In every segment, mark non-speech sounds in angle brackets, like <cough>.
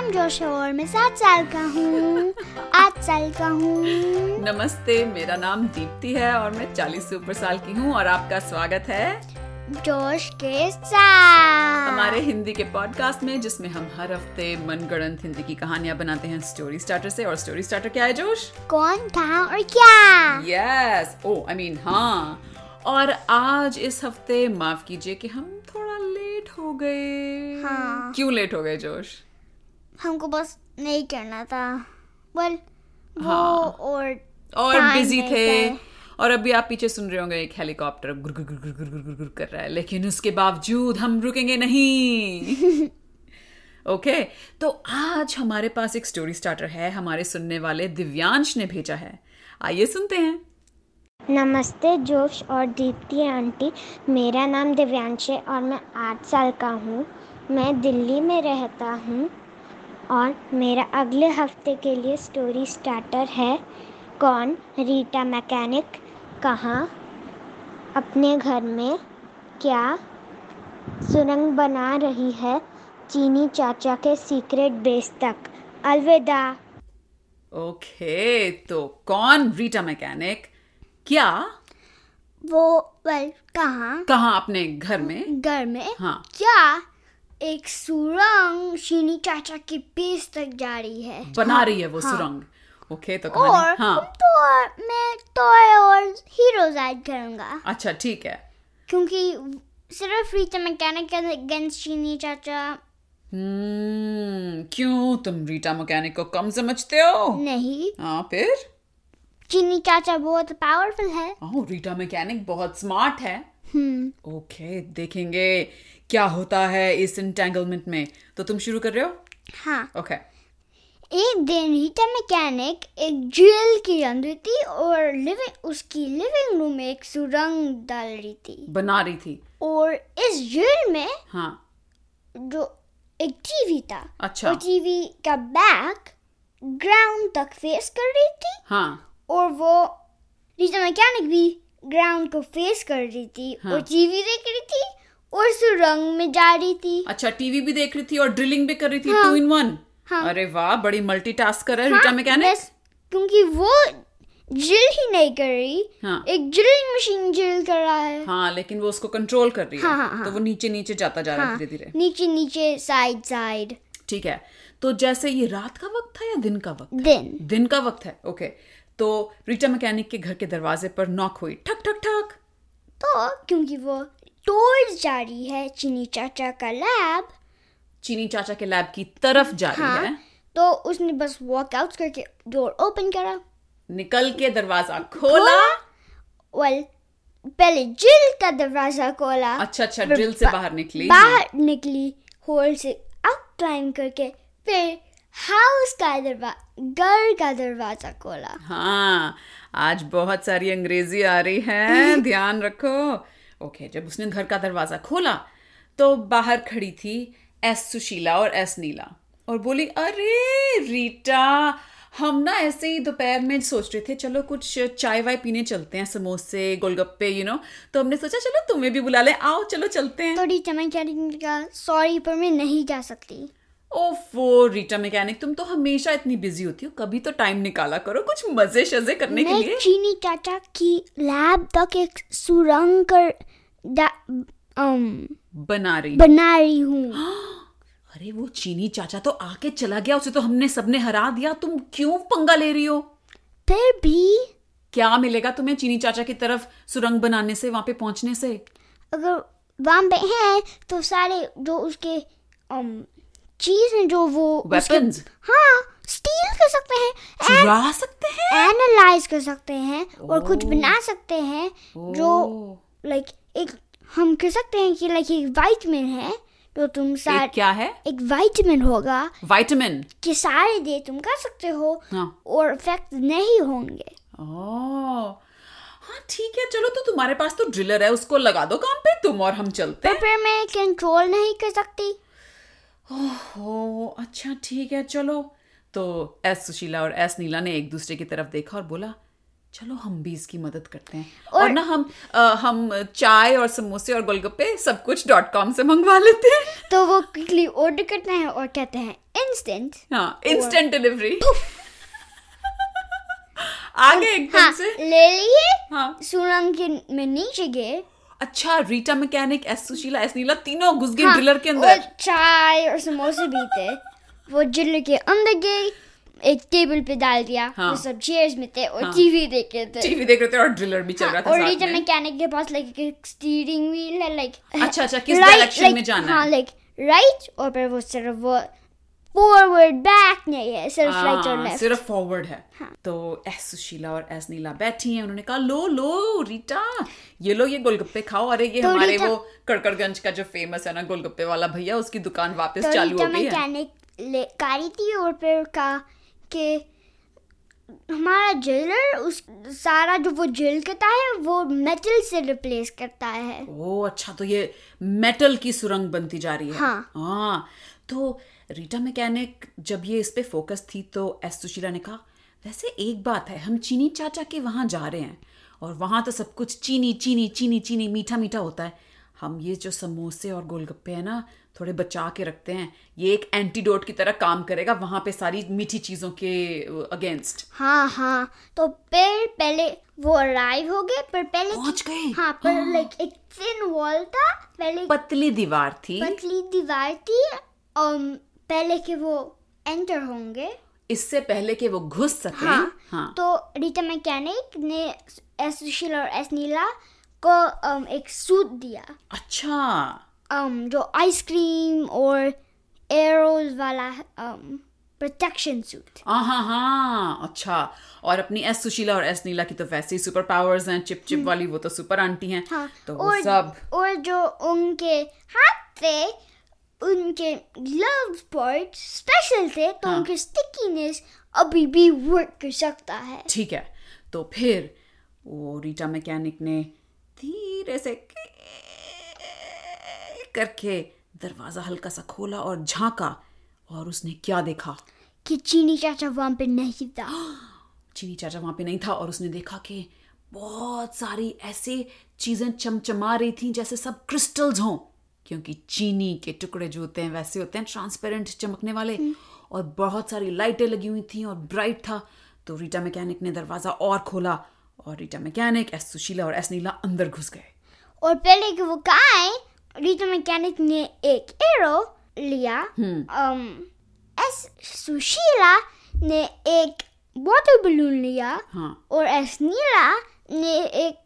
और मैं सात साल का हूँ आठ साल का हूँ नमस्ते मेरा नाम दीप्ति है और मैं 40 से ऊपर साल की हूँ और आपका स्वागत है जोश के साथ हमारे हिंदी के पॉडकास्ट में जिसमें हम हर हफ्ते मनगढ़ंत हिंदी की कहानियां बनाते हैं स्टोरी स्टार्टर से और स्टोरी स्टार्टर क्या है जोश कौन था और क्या यस ओ आई मीन हाँ और आज इस हफ्ते माफ कीजिए कि हम थोड़ा लेट हो गए हाँ। क्यों लेट हो गए जोश हमको बस नहीं करना था वेल वो हाँ। और और Time बिजी नहीं थे थे। और अभी आप पीछे सुन रहे होंगे एक हेलीकॉप्टर गुर गुर गुर गुर गुर गुर गुर गुर कर रहा है लेकिन उसके बावजूद हम रुकेंगे नहीं <laughs> ओके तो आज हमारे पास एक स्टोरी स्टार्टर है हमारे सुनने वाले दिव्यांश ने भेजा है आइए सुनते हैं नमस्ते जोश और दीप्ति आंटी मेरा नाम दिव्यांश है और मैं आठ साल का हूँ मैं दिल्ली में रहता हूँ और मेरा अगले हफ्ते के लिए स्टोरी स्टार्टर है कौन रीटा मैकेनिक कहाँ अपने घर में क्या सुरंग बना रही है चीनी चाचा के सीक्रेट बेस तक अलविदा ओके तो कौन रीटा मैकेनिक क्या वो वेल कहाँ कहा अपने घर में घर में हाँ क्या एक सुरंग शीनी चाचा के पेस तक जा रही है बना रही है वो हाँ। सुरंग ओके तो और कहानी हाँ तो और मैं टॉय और हीरोज ऐड करूंगा अच्छा ठीक है क्योंकि सिर्फ रीटा मैकेनिक के अगेंस्ट चीनी चाचा हम्म, क्यों तुम रीटा मैकेनिक को कम समझते हो नहीं हाँ फिर चीनी चाचा बहुत पावरफुल है ओह रीटा मैकेनिक बहुत स्मार्ट है हम्म ओके देखेंगे क्या होता है इस इंटेंगलमेंट में तो तुम शुरू कर रहे हो हाँ ओके एक दिन रीटा मैकेनिक एक जेल के अंदर थी और लिविंग उसकी लिविंग रूम में एक सुरंग डाल रही थी बना रही थी और इस जेल में हाँ जो एक टीवी था अच्छा। और टीवी का बैक ग्राउंड तक फेस कर रही थी हाँ और वो रीटा मैकेनिक भी ग्राउंड को फेस कर रही थी हाँ। और टीवी देख रही थी और सुरंग में जा रही थी अच्छा टीवी भी देख रही थी और ड्रिलिंग भी कर रही थी हाँ। टू इन वन हाँ। अरे वाह बड़ी मल्टीटास्कर है रीटा हाँ, मैकेनिक बस क्योंकि वो ड्रिल ही नहीं कर रही हाँ। एक ड्रिलिंग मशीन ड्रिल कर रहा है हाँ लेकिन वो उसको कंट्रोल कर रही है हाँ, हाँ, तो वो नीचे नीचे जाता जा रहा है धीरे धीरे नीचे नीचे साइड साइड ठीक है तो जैसे ये रात का वक्त था या दिन का वक्त दिन दिन का वक्त है ओके तो रीटा मैकेनिक के घर के दरवाजे पर नॉक हुई ठक ठक ठक तो क्योंकि वो तोड़ जा रही है चीनी चाचा का लैब चीनी चाचा के लैब की तरफ जा रही है हाँ तो उसने बस वॉकआउट करके डोर ओपन करा निकल के दरवाजा खोला वेल पहले जिल का दरवाजा खोला अच्छा अच्छा फिर ड्रिल से बा- बाहर निकली बाहर निकली होल से अप क्लाइम करके फिर हाउस का दरवाजा घर का दरवाजा खोला हाँ आज बहुत सारी अंग्रेजी आ रही है ध्यान रखो ओके जब उसने घर का दरवाजा खोला तो बाहर खड़ी थी एस सुशीला और एस नीला और बोली अरे रीटा हम ना ऐसे ही दोपहर में सोच रहे थे चलो कुछ चाय वाय पीने चलते हैं समोसे गोलगप्पे यू नो तो हमने सोचा चलो तुम्हें भी बुला ले आओ चलो चलते हैं थोड़ी चमक का सॉरी पर मैं नहीं जा सकती ओफो रीटा मैकेनिक तुम तो हमेशा इतनी बिजी होती हो कभी तो टाइम निकाला करो कुछ मजे शजे करने के लिए मैं चीनी चाचा की लैब तक एक सुरंग कर डा- अम, बना रही बना रही हूँ अरे वो चीनी चाचा तो आके चला गया उसे तो हमने सबने हरा दिया तुम क्यों पंगा ले रही हो फिर भी क्या मिलेगा तुम्हें चीनी चाचा की तरफ सुरंग बनाने से वहां पे पहुंचने से अगर वहाँ पे हैं तो सारे जो उसके अम, चीज हैं जो वो उसके- Weapons? हाँ स्टील कर सकते हैं चुरा सकते हैं एनालाइज कर सकते हैं और कुछ Oh. बना सकते हैं जो ओह, लाइक एक हम कह सकते हैं कि लाइक एक वाइटमिन है जो तुम एक सारे क्या है एक वाइटमिन होगा विटामिन कि सारे दे तुम कर सकते हो हाँ और इफेक्ट नहीं होंगे ओह हाँ ठीक है चलो तो तुम्हारे पास तो ड्रिलर है उसको लगा दो काम पे तुम और हम चलते पर हैं फिर मैं कंट्रोल नहीं कर सकती ओह अच्छा तो ठीक है चलो तो एस सुशीला और एस नीला ने एक दूसरे की तरफ देखा और बोला चलो हम भी इसकी मदद करते हैं और, और- ना हम अ, हम चाय और समोसे और गोलगप्पे सब कुछ डॉट कॉम से मंगवा लेते हैं हाँ, तो वो क्विकली ऑर्डर करते हैं और कहते हैं इंस्टेंट हाँ इंस्टेंट डिलीवरी आगे एकदम हाँ से ले लिए हाँ सुरंग के में नीचे गए अच्छा Rita mechanic S Sushila S Neela तीनों घुस गए हाँ, ड्रिलर के और अंदर चाय और समोसे भी थे वो ड्रिलर के अंदर गए एक टेबल पे डाल दिया हाँ। वो सब चेयर्स में थे और हाँ। टीवी देख रहे थे टीवी देख रहे थे और ड्रिलर भी चल हाँ, रहा था और साथ रीटा में। मैकेनिक के पास लाइक एक स्टीयरिंग व्हील है लाइक अच्छा, अच्छा, किस direction में जाना हाँ है? लाइक राइट और फिर वो सिर्फ वो फॉरवर्ड बैक नहीं है सिर्फ राइट और हाँ, लेफ्ट सिर्फ फॉरवर्ड है हाँ। तो एस सुशीला और एस नीला बैठी हैं उन्होंने कहा लो लो रीटा ये लो ये गोलगप्पे खाओ अरे ये तो हमारे रीटा- वो कड़कड़गंज का जो फेमस है ना गोलगप्पे वाला भैया उसकी दुकान वापस तो चालू रीटा हो गई है मैकेनिक ले कारी थी और फिर कहा कि हमारा जेलर उस सारा जो वो जेल करता है वो मेटल से रिप्लेस करता है ओ अच्छा तो ये मेटल की सुरंग बनती जा रही है हाँ। हाँ तो रीटा मैकेनिक जब ये इस पे फोकस थी तो एस सुशीला ने कहा वैसे एक बात है हम चीनी चाचा के वहाँ जा रहे हैं और वहाँ तो सब कुछ चीनी चीनी चीनी चीनी मीठा मीठा होता है हम ये जो समोसे और गोलगप्पे हैं ना थोड़े बचा के रखते हैं ये एक एंटीडोट की तरह काम करेगा वहाँ पे सारी मीठी चीज़ों के अगेंस्ट हाँ हाँ तो फिर पहले वो अराइव हो गए पर पहले पहुंच गए? हाँ पर लाइक एक थिन वॉल था पहले एक पतली दीवार थी पतली दीवार थी और पहले के वो एंटर होंगे इससे पहले कि वो घुस सके हाँ, तो रीटा मैकेनिक ने एस सुशील और एस नीला को um, एक सूट दिया अच्छा um, जो आइसक्रीम और एरोज वाला प्रोटेक्शन सूट हाँ हाँ हाँ अच्छा और अपनी एस सुशीला और एस नीला की तो वैसे ही सुपर पावर्स हैं चिप चिप वाली वो तो सुपर आंटी हैं हम्म। हाँ तो वो और सब और जो उनके हाथ थे उनके ग्लव्स पार्ट स्पेशल थे तो हाँ। उनकी स्टिकीनेस अभी भी वर्क कर सकता है ठीक है तो फिर वो रीटा मैकेनिक ने धीरे से करके दरवाजा हल्का सा खोला और झांका और उसने क्या देखा कि चीनी चाचा वहां पे नहीं था चीनी चाचा वहां पे नहीं था और उसने देखा कि बहुत सारी ऐसे चीजें चमचमा रही थी जैसे सब क्रिस्टल्स हों क्योंकि चीनी के टुकड़े जो होते हैं वैसे होते हैं ट्रांसपेरेंट चमकने वाले हम्म। और बहुत सारी लाइटें लगी हुई थी और ब्राइट था तो रीटा मैकेनिक ने दरवाजा और खोला और रीटा मैकेनिक एस सुशीला और एस नीला अंदर घुस गए और पहले कि वो कहाँ आए रीटा मैकेनिक ने एक एरो लिया हम्म। um, एस सुशीला ने एक वाटर बलून लिया हाँ और एस नीला ने एक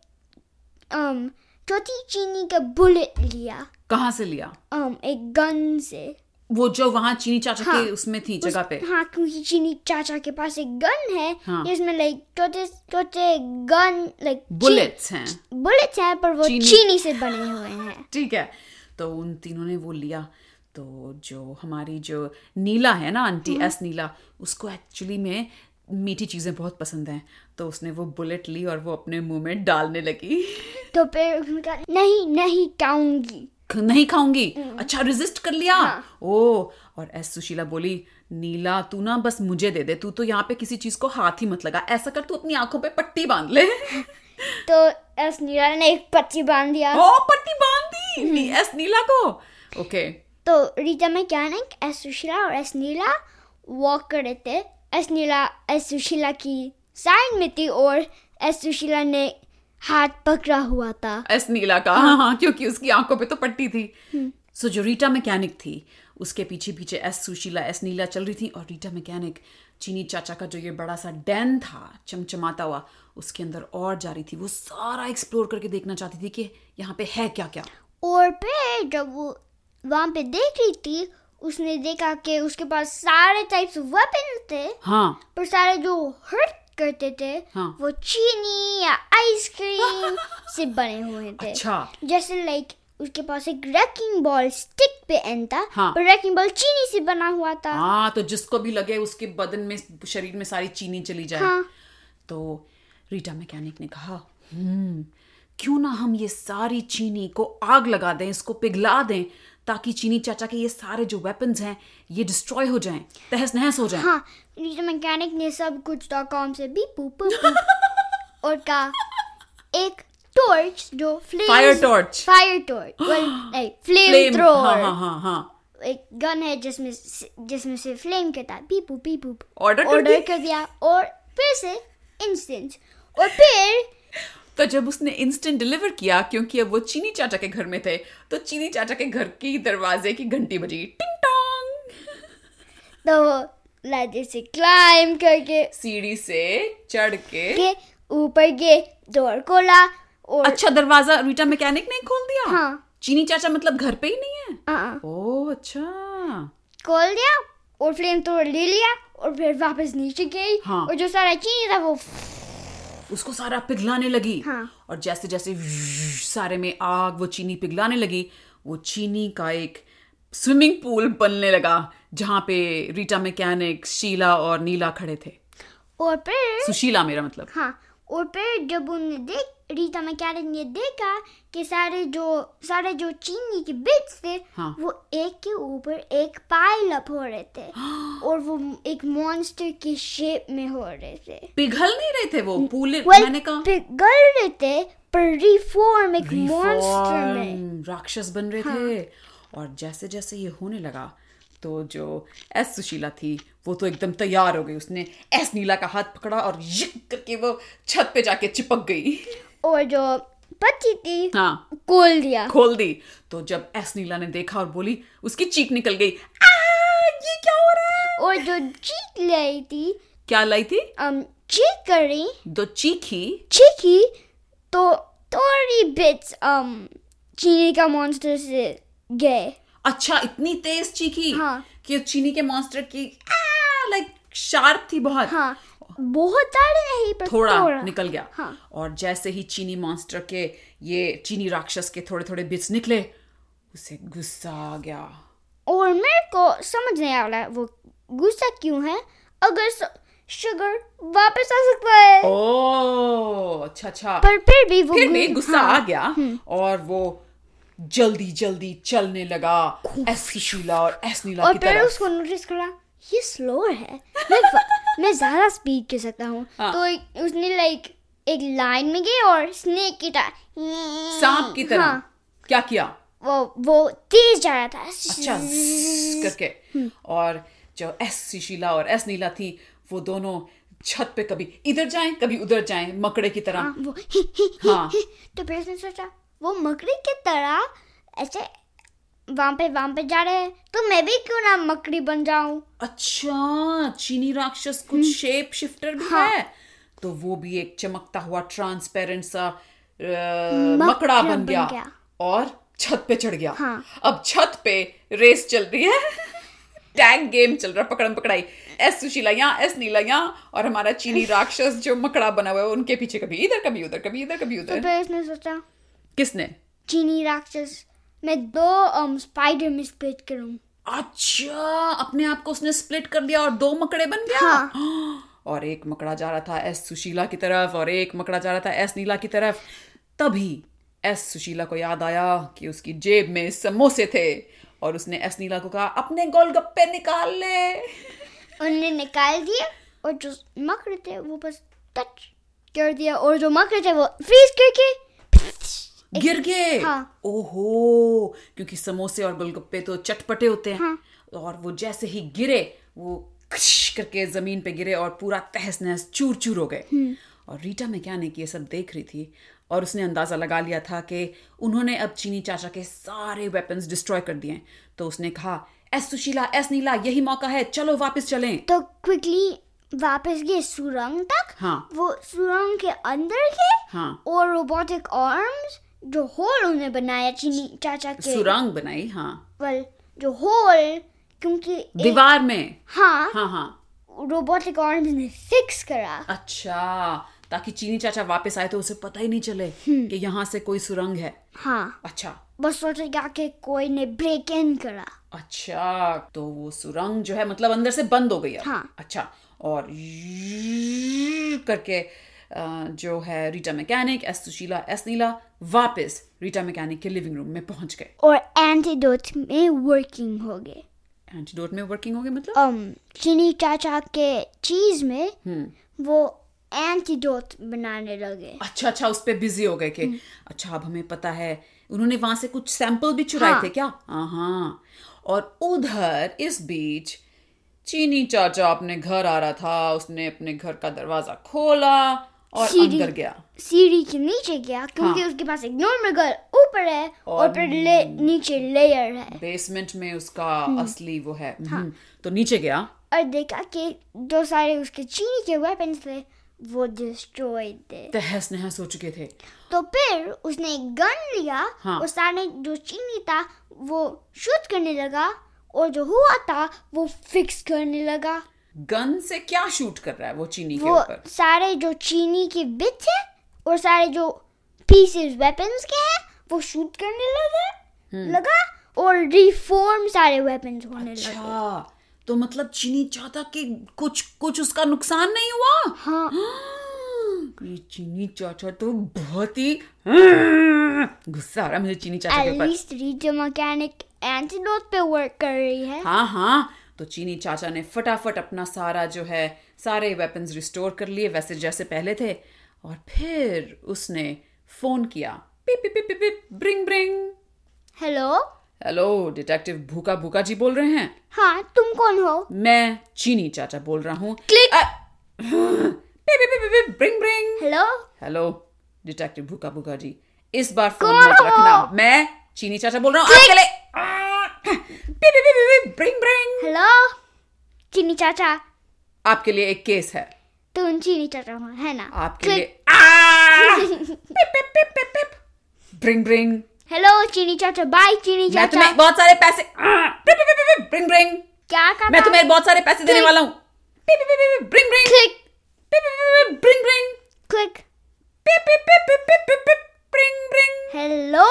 um, छोटी चीनी का बुलेट लिया कहाँ से लिया um, एक गन से वो जो वहां चीनी चाचा हाँ, के उसमें थी जगह पे हाँ क्योंकि चीनी चाचा के पास एक गन है हाँ। जिसमें लाइक छोटे छोटे गन लाइक बुलेट्स हैं बुलेट्स हैं पर वो चीनी- चीनी से बने हुए हैं ठीक है तो उन तीनों ने वो लिया तो जो हमारी जो नीला है ना आंटी एस नीला उसको एक्चुअली में मीठी चीज़ें बहुत पसंद हैं तो उसने वो बुलेट ली और वो अपने मुंह में डालने लगी तो फिर उसने कहा नहीं नहीं खाऊंगी नहीं खाऊंगी अच्छा रेजिस्ट कर लिया ओ और एस सुशीला बोली नीला तू ना बस मुझे दे दे तू तो यहाँ पे किसी चीज को हाथ ही मत लगा ऐसा कर तू अपनी आंखों पे पट्टी बांध ले तो एस नीला ने एक पत्ती बांध दिया ओ पट्टी बांध दी नी- एस नीला को ओके तो रीटा मैकेनिक एस सुशीला और एस नीला वॉक कर रहे थे एस नीला एस सुशीला की साइड में थी और एस सुशीला ने हाथ पकड़ा हुआ था एस नीला का हाँ हाँ क्योंकि उसकी आंखों पे तो पट्टी थी सो जो रीटा मैकेनिक थी उसके पीछे पीछे एस सुशीला एस नीला चल रही थी और रीटा मैकेनिक चीनी चाचा का जो ये बड़ा सा डैन था चमचमाता हुआ उसके अंदर और जा रही थी वो सारा एक्सप्लोर करके देखना चाहती थी कि यहाँ पे है क्या क्या और फिर जब वो वहाँ पे देख रही थी उसने देखा कि उसके पास सारे टाइप्स वेपन थे हाँ पर सारे जो हर्ट करते थे हाँ। वो चीनी या आइसक्रीम से बने हुए थे <laughs> अच्छा जैसे लाइक उसके पास एक रैकिंग बॉल स्टिक पे एंड था हाँ। पर रैकिंग बॉल चीनी से बना हुआ था हाँ तो जिसको भी लगे उसके बदन में शरीर में सारी चीनी चली जाए हाँ। तो रीटा मैकेनिक ने कहा "हम्म, क्यों ना हम ये सारी चीनी को आग लगा दें इसको पिघला दें ताकि चीनी चाचा के ये सारे जो वेपन्स हैं ये डिस्ट्रॉय हो जाएं तहस नहस हो जाएं हाँ नीचे मैकेनिक ने सब कुछ डॉट कॉम से भी पूप पूप <laughs> और कहा एक टॉर्च जो flame Fire torch. Fire torch <gasps> like flame flame हाँ थ्रोअर हाँ हाँ हाँ एक गन है जिसमें से- जिसमें से फ्लेम कहता है पीपू पीपू Order कर दी। कर दिया और फिर से इंस्टेंट और फिर तो जब उसने इंस्टेंट डिलीवर किया क्योंकि अब वो चीनी चाचा के घर में थे तो चीनी चाचा के घर की दरवाजे की घंटी बजी टिंग टोंग तो वो लादे से क्लाइम करके सीढ़ी से चढ़ के के ऊपर गए डोर खोला और अच्छा दरवाजा रीटा मैकेनिक ने खोल दिया हाँ। चीनी चाचा मतलब घर पे ही नहीं है हाँ, ओह अच्छा खोल दिया और फ्लेम थ्रोअर ले लिया और फिर वापस नीचे गई हाँ। और जो सारा चीनी था वो उसको सारा पिघलाने लगी हाँ। और जैसे जैसे सारे में आग वो चीनी पिघलाने लगी वो चीनी का एक स्विमिंग पूल बनने लगा जहां पे रीटा मैकेनिक शीला और नीला खड़े थे और फिर सुशीला मेरा मतलब हाँ और फिर जब उन्होंने देख रीता मैकेनिक ने देखा कि सारे जो सारे जो चीनी के बिट्स थे हाँ। वो एक के ऊपर एक पाइल अप हो रहे <gasps> थे और वो एक मॉन्स्टर की शेप में हो रहे थे पिघल नहीं रहे थे वो पूल Well, मैंने कहा पिघल रहे थे पर रिफॉर्म एक मॉन्स्टर में हाँ। Reform, राक्षस बन रहे थे और जैसे जैसे ये होने लगा तो जो एस सुशीला थी वो तो एकदम तैयार हो गई उसने एस नीला का हाथ पकड़ा और यिक करके वो छत पे जाके चिपक गई और जो बच्ची थी हाँ खोल दिया खोल दी तो जब एस नीला ने देखा और बोली उसकी चीख निकल गई "आ, हाँ, ये क्या हो रहा है और जो चीख लाई थी क्या लाई थी um, चीख कर रही तो चीखी चीखी तो थोड़ी बिट्स um, चीनी का मॉन्स्टर से गए अच्छा इतनी तेज चीखी हाँ। कि चीनी के मॉन्स्टर की लाइक शार्प थी बहुत हाँ बहुत सारे नहीं पर थोड़ा थोड़ा, निकल गया हाँ। और जैसे ही चीनी मॉन्स्टर के ये चीनी राक्षस के थोड़े थोड़े बिट्स निकले उसे गुस्सा आ गया और मेरे को समझ नहीं आ रहा है वो गुस्सा क्यों है अगर शुगर वापस आ सकता है ओ अच्छा अच्छा पर फिर भी वो फिर भी गु- गुस्सा हाँ, आ गया और वो जल्दी जल्दी चलने लगा एस शीला और एस नीला और की फिर तरफ उसको नोटिस करा ये स्लो है मैं फ- मैं ज्यादा स्पीड कर सकता हूँ हाँ। तो एक- उसने लाइक एक लाइन में गई और स्नेक की तरह सांप की तरह हाँ। क्या किया वो वो तेज जा रहा था अच्छा zzz करके हम्म। और जो एस सुशीला और एस नीला थी वो दोनों छत पे कभी इधर जाएं कभी उधर जाएं मकड़े की तरह हाँ, वो <laughs> ही, ही, ही, हाँ। ही। तो फिर उसने सोचा वो मकड़ी की तरह ऐसे वहां पे वहां पे जा रहे हैं तो मैं भी क्यों ना मकड़ी बन जाऊं तो अच्छा चीनी राक्षस कुछ शेप शिफ्टर भी हम्म। हाँ। है तो वो भी एक चमकता हुआ ट्रांसपेरेंट सा अ, मकड़ा बन बन गया गया। और छत पे चढ़ गया हाँ। अब छत पे रेस चल रही है टैग गेम चल रहा है पकड़म पकड़ाई एस सुशीला यहाँ एस नीला यहाँ और हमारा <laughs> चीनी राक्षस जो मकड़ा बना हुआ है उनके पीछे कभी इधर कभी उधर कभी इधर कभी तो उधर फिर उसने सोचा किसने चीनी राक्षस मैं दो um, स्पाइडर में स्प्लिट करूं अच्छा अपने आप को उसने स्प्लिट कर दिया और दो मकड़े बन गया हाँ। और एक मकड़ा जा रहा था एस सुशीला की तरफ और एक मकड़ा जा रहा था एस नीला की तरफ तभी एस सुशीला को याद आया कि उसकी जेब में समोसे थे और उसने एस नीला को कहा अपने गोलगप्पे निकाल ले उन्होंने निकाल दिया और जो मकड़े थे वो बस टच कर दिया और जो मकड़े थे वो फ्रीज करके गिर गए हाँ। ओहो क्योंकि समोसे और गोलगप्पे तो चटपटे होते हैं हाँ। और वो जैसे ही गिरे वो खश करके जमीन पे गिरे और पूरा तहस नहस चूर चूर हो हम्म। गए और रीटा मैकेनिक ये सब देख रही थी और उसने अंदाजा लगा लिया था कि उन्होंने अब चीनी चाचा के सारे वेपन्स डिस्ट्रॉय कर दिए हैं तो उसने कहा एस सुशीला एस नीला यही मौका है चलो वापस चलें तो क्विकली वापस गए सुरंग तक हाँ। वो सुरंग के अंदर गए हाँ। और रोबोटिक आर्म्स जो होल उन्हें बनाया चीनी चाचा के सुरंग बनाई हाँ well, जो होल क्योंकि एक- दीवार में हाँ हाँ हाँ रोबोटिक आर्म्स ने फिक्स करा अच्छा ताकि चीनी चाचा वापस आए तो उसे पता ही नहीं चले कि यहाँ से कोई सुरंग है हाँ अच्छा बस सोचेगा कि कोई ने ब्रेक इन करा अच्छा तो वो सुरंग जो है मतलब अंदर से बंद हो गई अब। हाँ। अच्छा और करके अ, जो है Rita mechanic S Sushila S Neela वापस रीटा मैकेनिक के लिविंग रूम में पहुंच गए और एंटीडोट में वर्किंग हो गए एंटीडोट में वर्किंग हो गए मतलब um, चीनी चाचा के चीज में वो एंटीडोट बनाने लगे अच्छा अच्छा उस पे बिजी हो गए के हम्म। अच्छा अब हमें पता है उन्होंने वहां से कुछ सैंपल भी चुराए हाँ। थे क्या हाँ हाँ और उधर इस बीच चीनी चाचा अपने घर आ रहा था उसने अपने घर का दरवाजा खोला और सीढ़ी- अंदर गया सीढ़ी के नीचे गया क्योंकि उसके पास एक नॉर्मल घर ऊपर है और, और फिर ले, नीचे लेयर है बेसमेंट में उसका असली वो है हाँ। हम्म, तो नीचे गया और देखा कि जो सारे उसके चीनी के वेपन्स थे वो डिस्ट्रॉय थे तहस नहस हो चुके थे तो फिर उसने एक गन लिया हाँ। और सारे जो चीनी था वो शूट करने लगा और जो हुआ था वो फिक्स करने लगा गन से क्या शूट कर रहा है वो चीनी के वो ऊपर सारे जो चीनी के बिट्स है और सारे जो पीसेस वेपन्स के हैं वो शूट करने लगा लगा और रिफॉर्म सारे वेपन्स होने लगे हम्म। अच्छा तो मतलब चीनी चाहता कि कुछ कुछ उसका नुकसान नहीं हुआ हाँ <gasps> ये चीनी चाचा तो बहुत ही गुस्सा आ रहा है मुझे चीनी चाचा के ऊपर एटलीस्ट रीजो मैकेनिक एंटीडोट पे वर्क कर रही है हाँ हाँ तो चीनी चाचा ने फटाफट अपना सारा जो है सारे वेपन्स रिस्टोर कर लिए वैसे जैसे पहले थे और फिर उसने फोन किया पिप पिप पिप पिप पिप ब्रिंग ब्रिंग हेलो हेलो डिटेक्टिव भूखा भूखा जी बोल रहे हैं हाँ तुम कौन हो मैं चीनी चाचा बोल रहा हूँ Click. अ- <laughs> पिप पिप पिप पिप ब्रिंग ब्रिंग हेलो हेलो डिटेक्टिव भूखा भूखा जी इस बार फोन कौन मत हो? रखना मैं चीनी चाचा बोल रहा हूँ हाँ। आपके लिए आह, पी- पी- पी- पी- पी- ब्रिंग ब्रिंग हेलो चीनी चाचा आपके लिए एक केस है तुम चीनी चाचा हो है ना आपके लिए आह, पिप- पिप- पिप- पिप- पिप। ब्रिंग ब्रिंग हेलो चीनी चाचा बाय चीनी मैं चाचा तुम्हें बहुत सारे पैसे आह, पिप- पिप- पिप- पिप। ब्रिंग ब्रिंग क्या कहा मैं तुम्हें बहुत सारे पैसे देने Click. वाला हूँ पिप- पिप- पिप- पिप। ब्रिंग ब्रिंग क्लिक पिप- पिप- पिप- पिप। ब्रिंग ब्रिंग क्लिक पिप- पिप- पिप- पिप- पिप- पिप- पिप। ब्रिंग ब्रिंग हेलो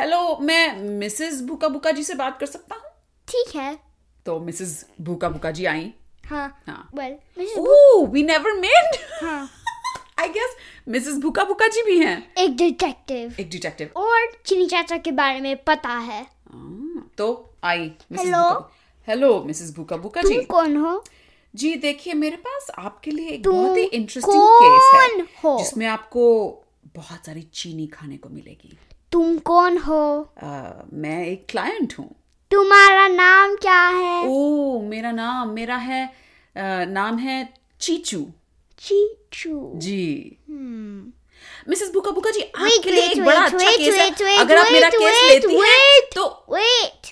हेलो मैं मिसेस भूखा भूखा जी से बात कर सकता हूँ ठीक है तो मिसेस भूखा भूखा जी आई हाँ हाँ। Well Mrs oh we never made हाँ आई गेस मिसेस भूखा भूखा जी भी हैं एक डिटेक्टिव एक डिटेक्टिव और चीनी चाचा के बारे में पता है तो I Mrs Hello? Hello Mrs भूखा भूखा तुम जी कौन हो जी देखिए मेरे पास आपके लिए एक तुम बहुत ही इंटरेस्टिंग केस कौन है हो? जिसमें आपको बहुत सारी चीनी खाने को मिलेगी तुम कौन हो अ, मैं एक क्लाइंट हूँ तुम्हारा नाम क्या है ओ मेरा नाम मेरा है अ, नाम है चीचू चीचू जी हम्म। मिसेस बुका बुका जी आपके Wait, लिए wait, एक बड़ा wait, अच्छा wait, केस wait, है wait, अगर आप मेरा wait, केस wait, लेती हैं wait. तो वेट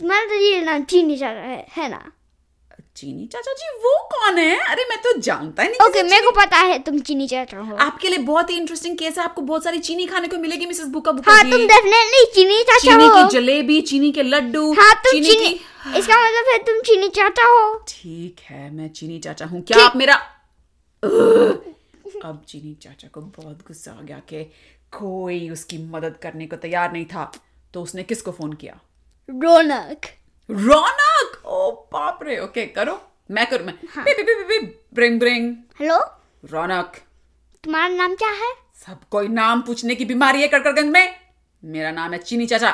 तुम्हारा तो ये नाम चीनी चाचा है है ना चीनी चाचा जी वो कौन है अरे मैं तो जानता ही नहीं ओके मेरे को पता है तुम चीनी चाचा हो आपके लिए बहुत ही इंटरेस्टिंग केस है आपको बहुत सारी चीनी खाने को मिलेगी मिसेस बुका बुका हाँ जी तुम डेफिनेटली चीनी चाचा चीनी हो की जलेबी चीनी के लड्डू हाँ तुम चीनी चीनी की इसका मतलब है तुम चीनी चाचा हो ठीक है मैं चीनी चाचा हूँ क्या आप मेरा Ugh. अब चीनी चाचा को बहुत गुस्सा आ गया कि कोई उसकी मदद करने को तैयार नहीं था तो उसने किसको फोन किया रौनक रौनक ओ बाप रे ओके करो मैं करूं मैं बी, बी, बी, बी, बी, ब्रिंग ब्रिंग हेलो रौनक तुम्हारा नाम क्या है सब कोई नाम पूछने की बीमारी है कड़कड़गंज में मेरा नाम है चीनी चाचा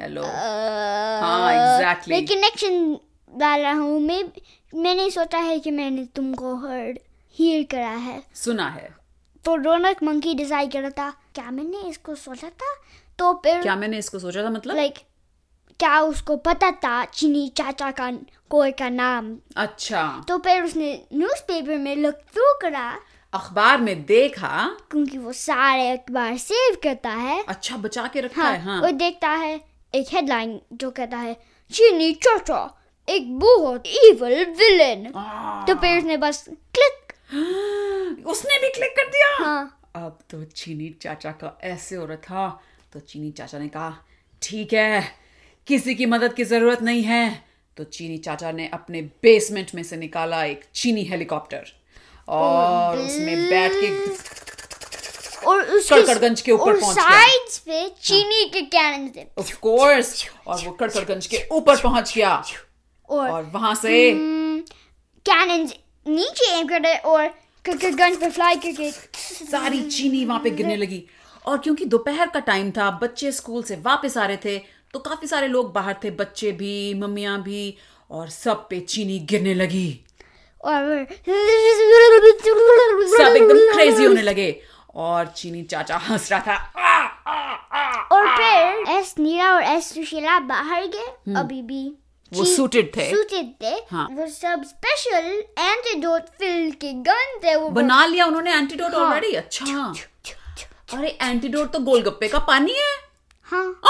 हेलो हाँ मैं एग्जैक्टली कनेक्शन डाला हूँ मैं मैंने सोचा है कि मैंने तुमको हर्ड हीर करा है सुना है तो रौनक मंकी डिसाइड करा था क्या मैंने इसको सोचा था तो फिर क्या मैंने इसको सोचा था मतलब लाइक क्या उसको पता था चीनी चाचा का कोई का नाम अच्छा तो फिर उसने न्यूज़पेपर में लुक थ्रू करा अखबार में देखा क्योंकि वो सारे अखबार सेव करता है अच्छा बचा के रखा हाँ, है हाँ और देखता है एक हेडलाइन जो कहता है चीनी चाचा एक बहुत इवल विलेन आ, तो फिर उसने बस क्लिक हाँ। उसने भी क्लिक कर दिया हाँ अब तो चीनी चाचा का ऐसे हो रहा था तो चीनी चाचा ने कहा ठीक है किसी की मदद की जरूरत नहीं है तो चीनी चाचा ने अपने बेसमेंट में से निकाला एक चीनी हेलीकॉप्टर और उसमें बैठ के और उसके कड़कड़गंज के ऊपर और पहुंच गया। हाँ। साइड्स पे चीनी के कैनन थे ऑफ कोर्स और वो कड़कड़गंज के ऊपर पहुंच गया और, और वहां से कैनन नीचे एम कर रहे और कड़कड़गंज पे फ्लाई करके सारी चीनी वहां पे गिरने लगी और क्योंकि दोपहर का टाइम था बच्चे स्कूल से वापस आ रहे थे तो काफी सारे लोग बाहर थे बच्चे भी मम्मियां भी और सब पे चीनी गिरने लगी और <laughs> सब एकदम क्रेजी होने लगे और चीनी चाचा हंस रहा था आ, आ, आ। और फिर एस नीला और एस सुशीला बाहर गए अभी भी हम्म। वो suited थे। सूटेड थे हाँ। वो सब स्पेशल एंटीडोट फिल के गन थे वो बना लिया उन्होंने एंटीडोट हाँ। ऑलरेडी अच्छा अरे एंटीडोट तो गोलगप्पे का पानी है हाँ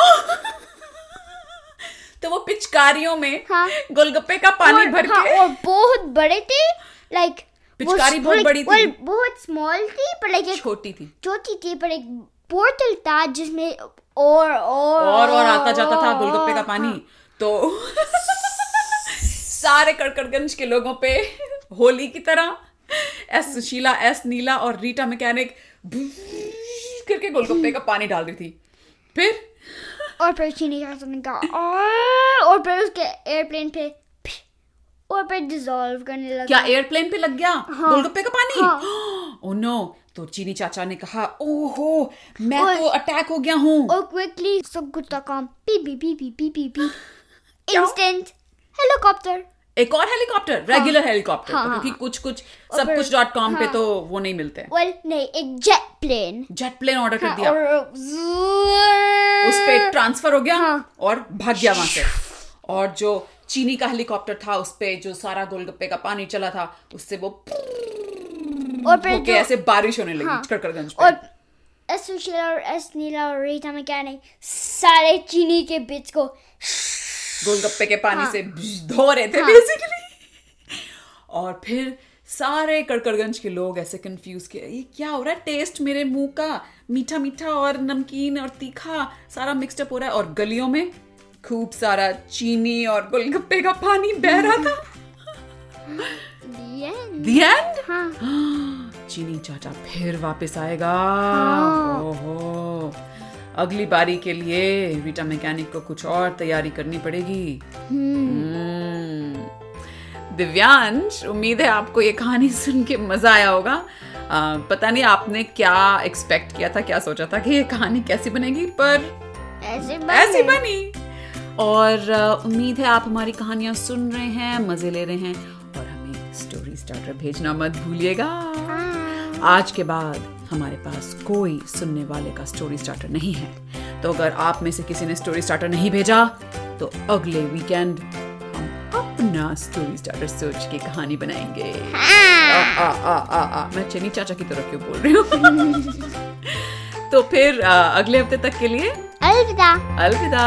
तो वो पिचकारियों में हाँ। गोलगप्पे का पानी और- भर हाँ, के और बहुत बड़े थे लाइक पिचकारी बहुत बड़ी थी। बहुत स्मॉल थी पर लाइक एक छोटी थी छोटी थी पर एक बोतल था जिसमें और और और और आता जाता था और- गोलगप्पे का हाँ। पानी तो <laughs> सारे कड़कड़गंज के लोगों पे होली की तरह एस सुशीला एस नीला और रीटा मैकेनिक करके गोलगप्पे का पानी डाल रही थी फिर और फिर चीनी का सपने का और और फिर उसके एयरप्लेन पे फिर- और फिर डिजोल्व करने लगा क्या एयरप्लेन पे लग गया गोलगप्पे का पानी हाँ। <gasps> ओ नो तो चीनी चाचा ने कहा ओहो मैं और- तो अटैक हो गया हूँ और क्विकली सब कुछ का काम पी पी पी पी पी पी <laughs> पी इंस्टेंट हेलीकॉप्टर एक और हेलीकॉप्टर रेगुलर हेलीकॉप्टर हाँ, तो हाँ। क्योंकि कुछ कुछ और सब फिर- कुछ डॉट कॉम पे हाँ। तो वो नहीं मिलते हैं। वेल नहीं एक jet plane jet plane order कर दिया हाँ, और उस पर ट्रांसफर हो गया हाँ। और भाग गया वहां से और जो चीनी का हेलीकॉप्टर था उस पे जो सारा गोलगप्पे का पानी चला था उससे वो और फिर जो होके ऐसे बारिश होने हाँ। लगी कड़कड़गंज पे और एस सुशीला और एस नीला और रीता मैकेनिक सारे चीनी के बीच को गोलगप्पे के पानी हाँ। से धो रहे थे बेसिकली और फिर सारे कड़कड़गंज के लोग ऐसे कंफ्यूज किए ये क्या हो रहा है टेस्ट मेरे मुंह का मीठा मीठा और नमकीन और तीखा सारा मिक्सड अप हो रहा है और गलियों में खूब सारा चीनी और गोलगप्पे का पानी बह रहा था The end. The end? हाँ चीनी चाचा फिर वापस आएगा हाँ। ओहो अगली बारी के लिए रीटा मैकेनिक को कुछ और तैयारी करनी पड़ेगी हम्म। दिव्यांश उम्मीद है आपको ये कहानी सुन के मजा आया होगा आ, पता नहीं आपने क्या एक्सपेक्ट किया था क्या सोचा था कि ये कहानी कैसी बनेगी पर ऐसे ऐसी बस बनी और अ, उम्मीद है आप हमारी कहानियां सुन रहे हैं मजे ले रहे हैं और हमें स्टोरी स्टार्टर भेजना मत भूलिएगा हाँ। आज के बाद हमारे पास कोई सुनने वाले का स्टोरी स्टार्टर नहीं है तो अगर आप में से किसी ने स्टोरी स्टार्टर नहीं भेजा तो अगले वीकेंड हम अपना स्टोरी स्टार्टर सोच के कहानी बनाएंगे आ, आ, आ, आ, आ, मैं चनी चाचा की तरफ क्यों बोल रही हूँ <laughs> तो फिर अ, अगले हफ्ते तक के लिए अलविदा अलविदा